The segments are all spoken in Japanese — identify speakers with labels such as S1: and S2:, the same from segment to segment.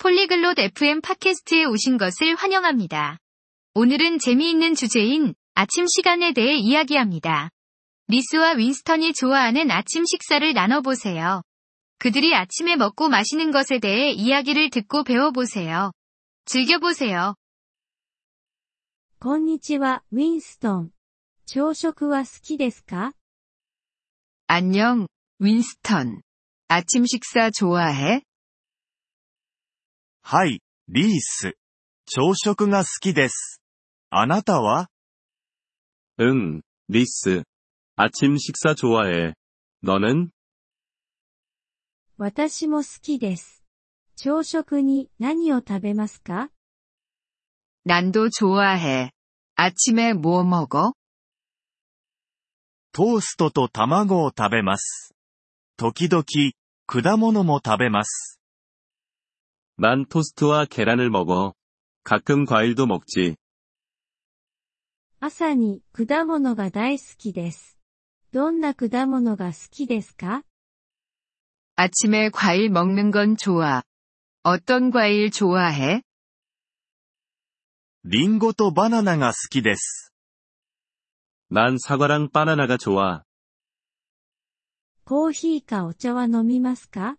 S1: 폴리글롯 FM 팟캐스트에 오신 것을 환영합니다. 오늘은 재미있는 주제인 아침 시간에 대해 이야기합니다. 리스와 윈스턴이 좋아하는 아침 식사를 나눠보세요. 그들이 아침에 먹고 마시는 것에 대해 이야기를 듣고 배워보세요. 즐겨보세요.
S2: こんにちは、ウィンストン。朝食は好きですか
S1: 안녕, 윈스턴. 아침 식사 좋아해?
S3: はい、リース。朝食が好きです。あなたは
S4: 응, 리스. 아침 식사 좋아해. 너는?
S2: 私も好きです。朝食に何を食べますか
S1: 난도 좋아해. 아침에 뭐 먹어?
S3: トーストと卵を食べます。時々、果物も食べます。
S4: 난 토스트와 계란을 먹어. 가끔 과일도 먹지.
S2: 朝に果物が大好きです。どんな果物が好きですか
S1: 아침에 과일 먹는 건 좋아. 어떤 과일 좋아해?
S3: リンゴとバナナが好きです。
S4: 난 사과랑 바나나가 좋아.
S2: コーヒーかお茶は飲みますか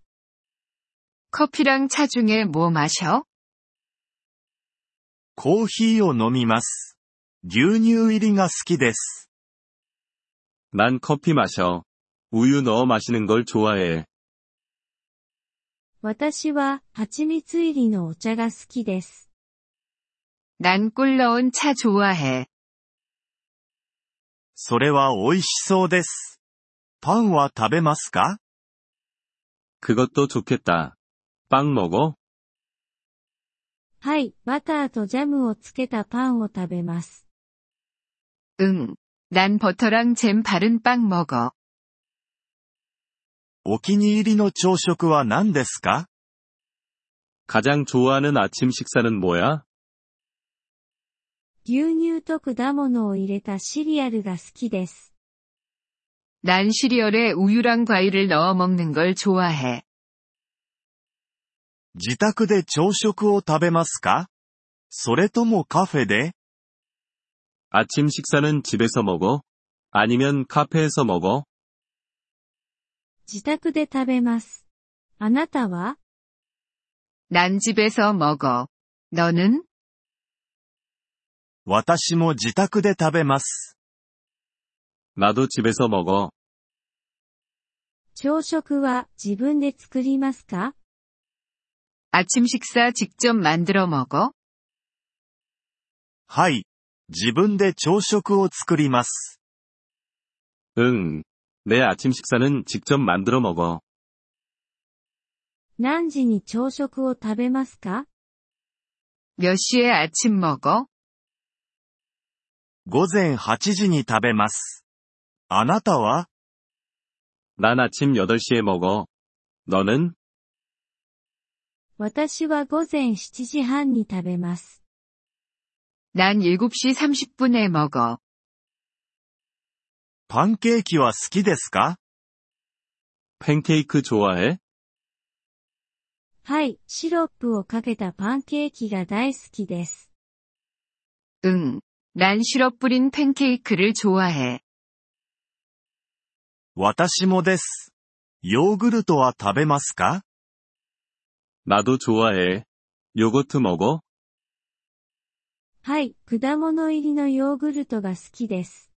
S1: 커피랑 차 중에 뭐 마셔?
S3: コーヒーを飲みます。牛乳入りが好きです。
S4: 난 커피 마셔. 우유 넣어 마시는 걸 좋아해.
S2: 私は蜂蜜入りのお茶が好きです。
S1: 난 꿀 넣은 차 좋아해.
S3: それは美味しそうです。パンは食べますか
S4: 그것도 좋겠다. 빵 먹어?
S2: はい、バターとジャムをつけたパンを食べます。
S1: 응. 난 버터랑 잼 바른 빵 먹어.
S3: お気に入りの朝食は何ですか
S4: 가장 좋아하는 아침 식사는 뭐야?
S2: 牛乳と果物を入れたシリアルが好きです。
S1: 난 시리얼에 우유랑 과일을 넣어 먹는 걸 좋아해.
S3: 自宅で朝食を食べますかそれともカフェで
S4: 아침 식사는 집에서 먹어? 아니면 카페에서 먹어?
S2: 自宅で食べます。あなたは
S1: 난 집에서 먹어. 너는?
S3: 私も自宅で食べます。
S4: 나도 집에서 먹어.
S2: 朝食は自分で作りますか
S1: 아침 식사 직접 만들어 먹어?
S3: はい。自分で朝食を作ります。
S4: 응. 내 아침 식사는 직접 만들어 먹어.
S2: 何時に朝食を食べますか
S1: 몇 시에 아침 먹어?
S3: 午前8時に食べます。あなたは
S4: 난 아침 8시에 먹어. 너는?
S2: 私は午前7時半に食べます。
S1: 난 7시 30분에 먹어.
S3: パンケーキは好きですか
S4: 팬케이크 좋아해?
S2: はい、シロップをかけたパンケーキが大好きです。
S1: 응. 난 시럽 뿌린 팬케이크를 좋아해.
S3: 私もです。ヨーグルトは食べますか
S4: 나도 좋아해. 요거트 먹어?
S2: はい、果物入りのヨーグルトが好きです。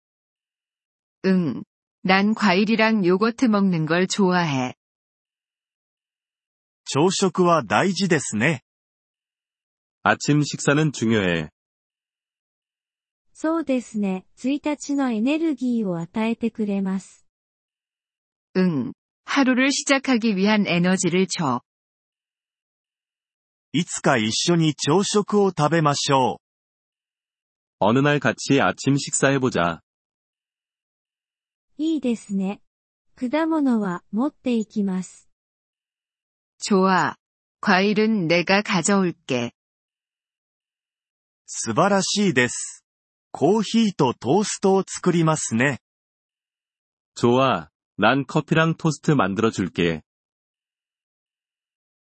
S1: 응. 난 과일이랑 요거트 먹는 걸 좋아해.
S3: 朝食は大事ですね。
S4: 아침 식사는 중요해.
S2: そうですね、1日のエネルギーを与えてくれます。
S1: 응. 하루를 시작하기 위한 에너지를 줘.
S3: いつか一緒に朝食を食べましょう。
S4: 어느 날 같이 아침 식사해보자.
S2: いいですね。果物は持っていきます。
S1: 좋아. 과일은 내가 가져올게.
S3: 素晴らしいです。コーヒーとトーストを作りますね。
S4: 좋아. 난 커피랑 토스트 만들어 줄게.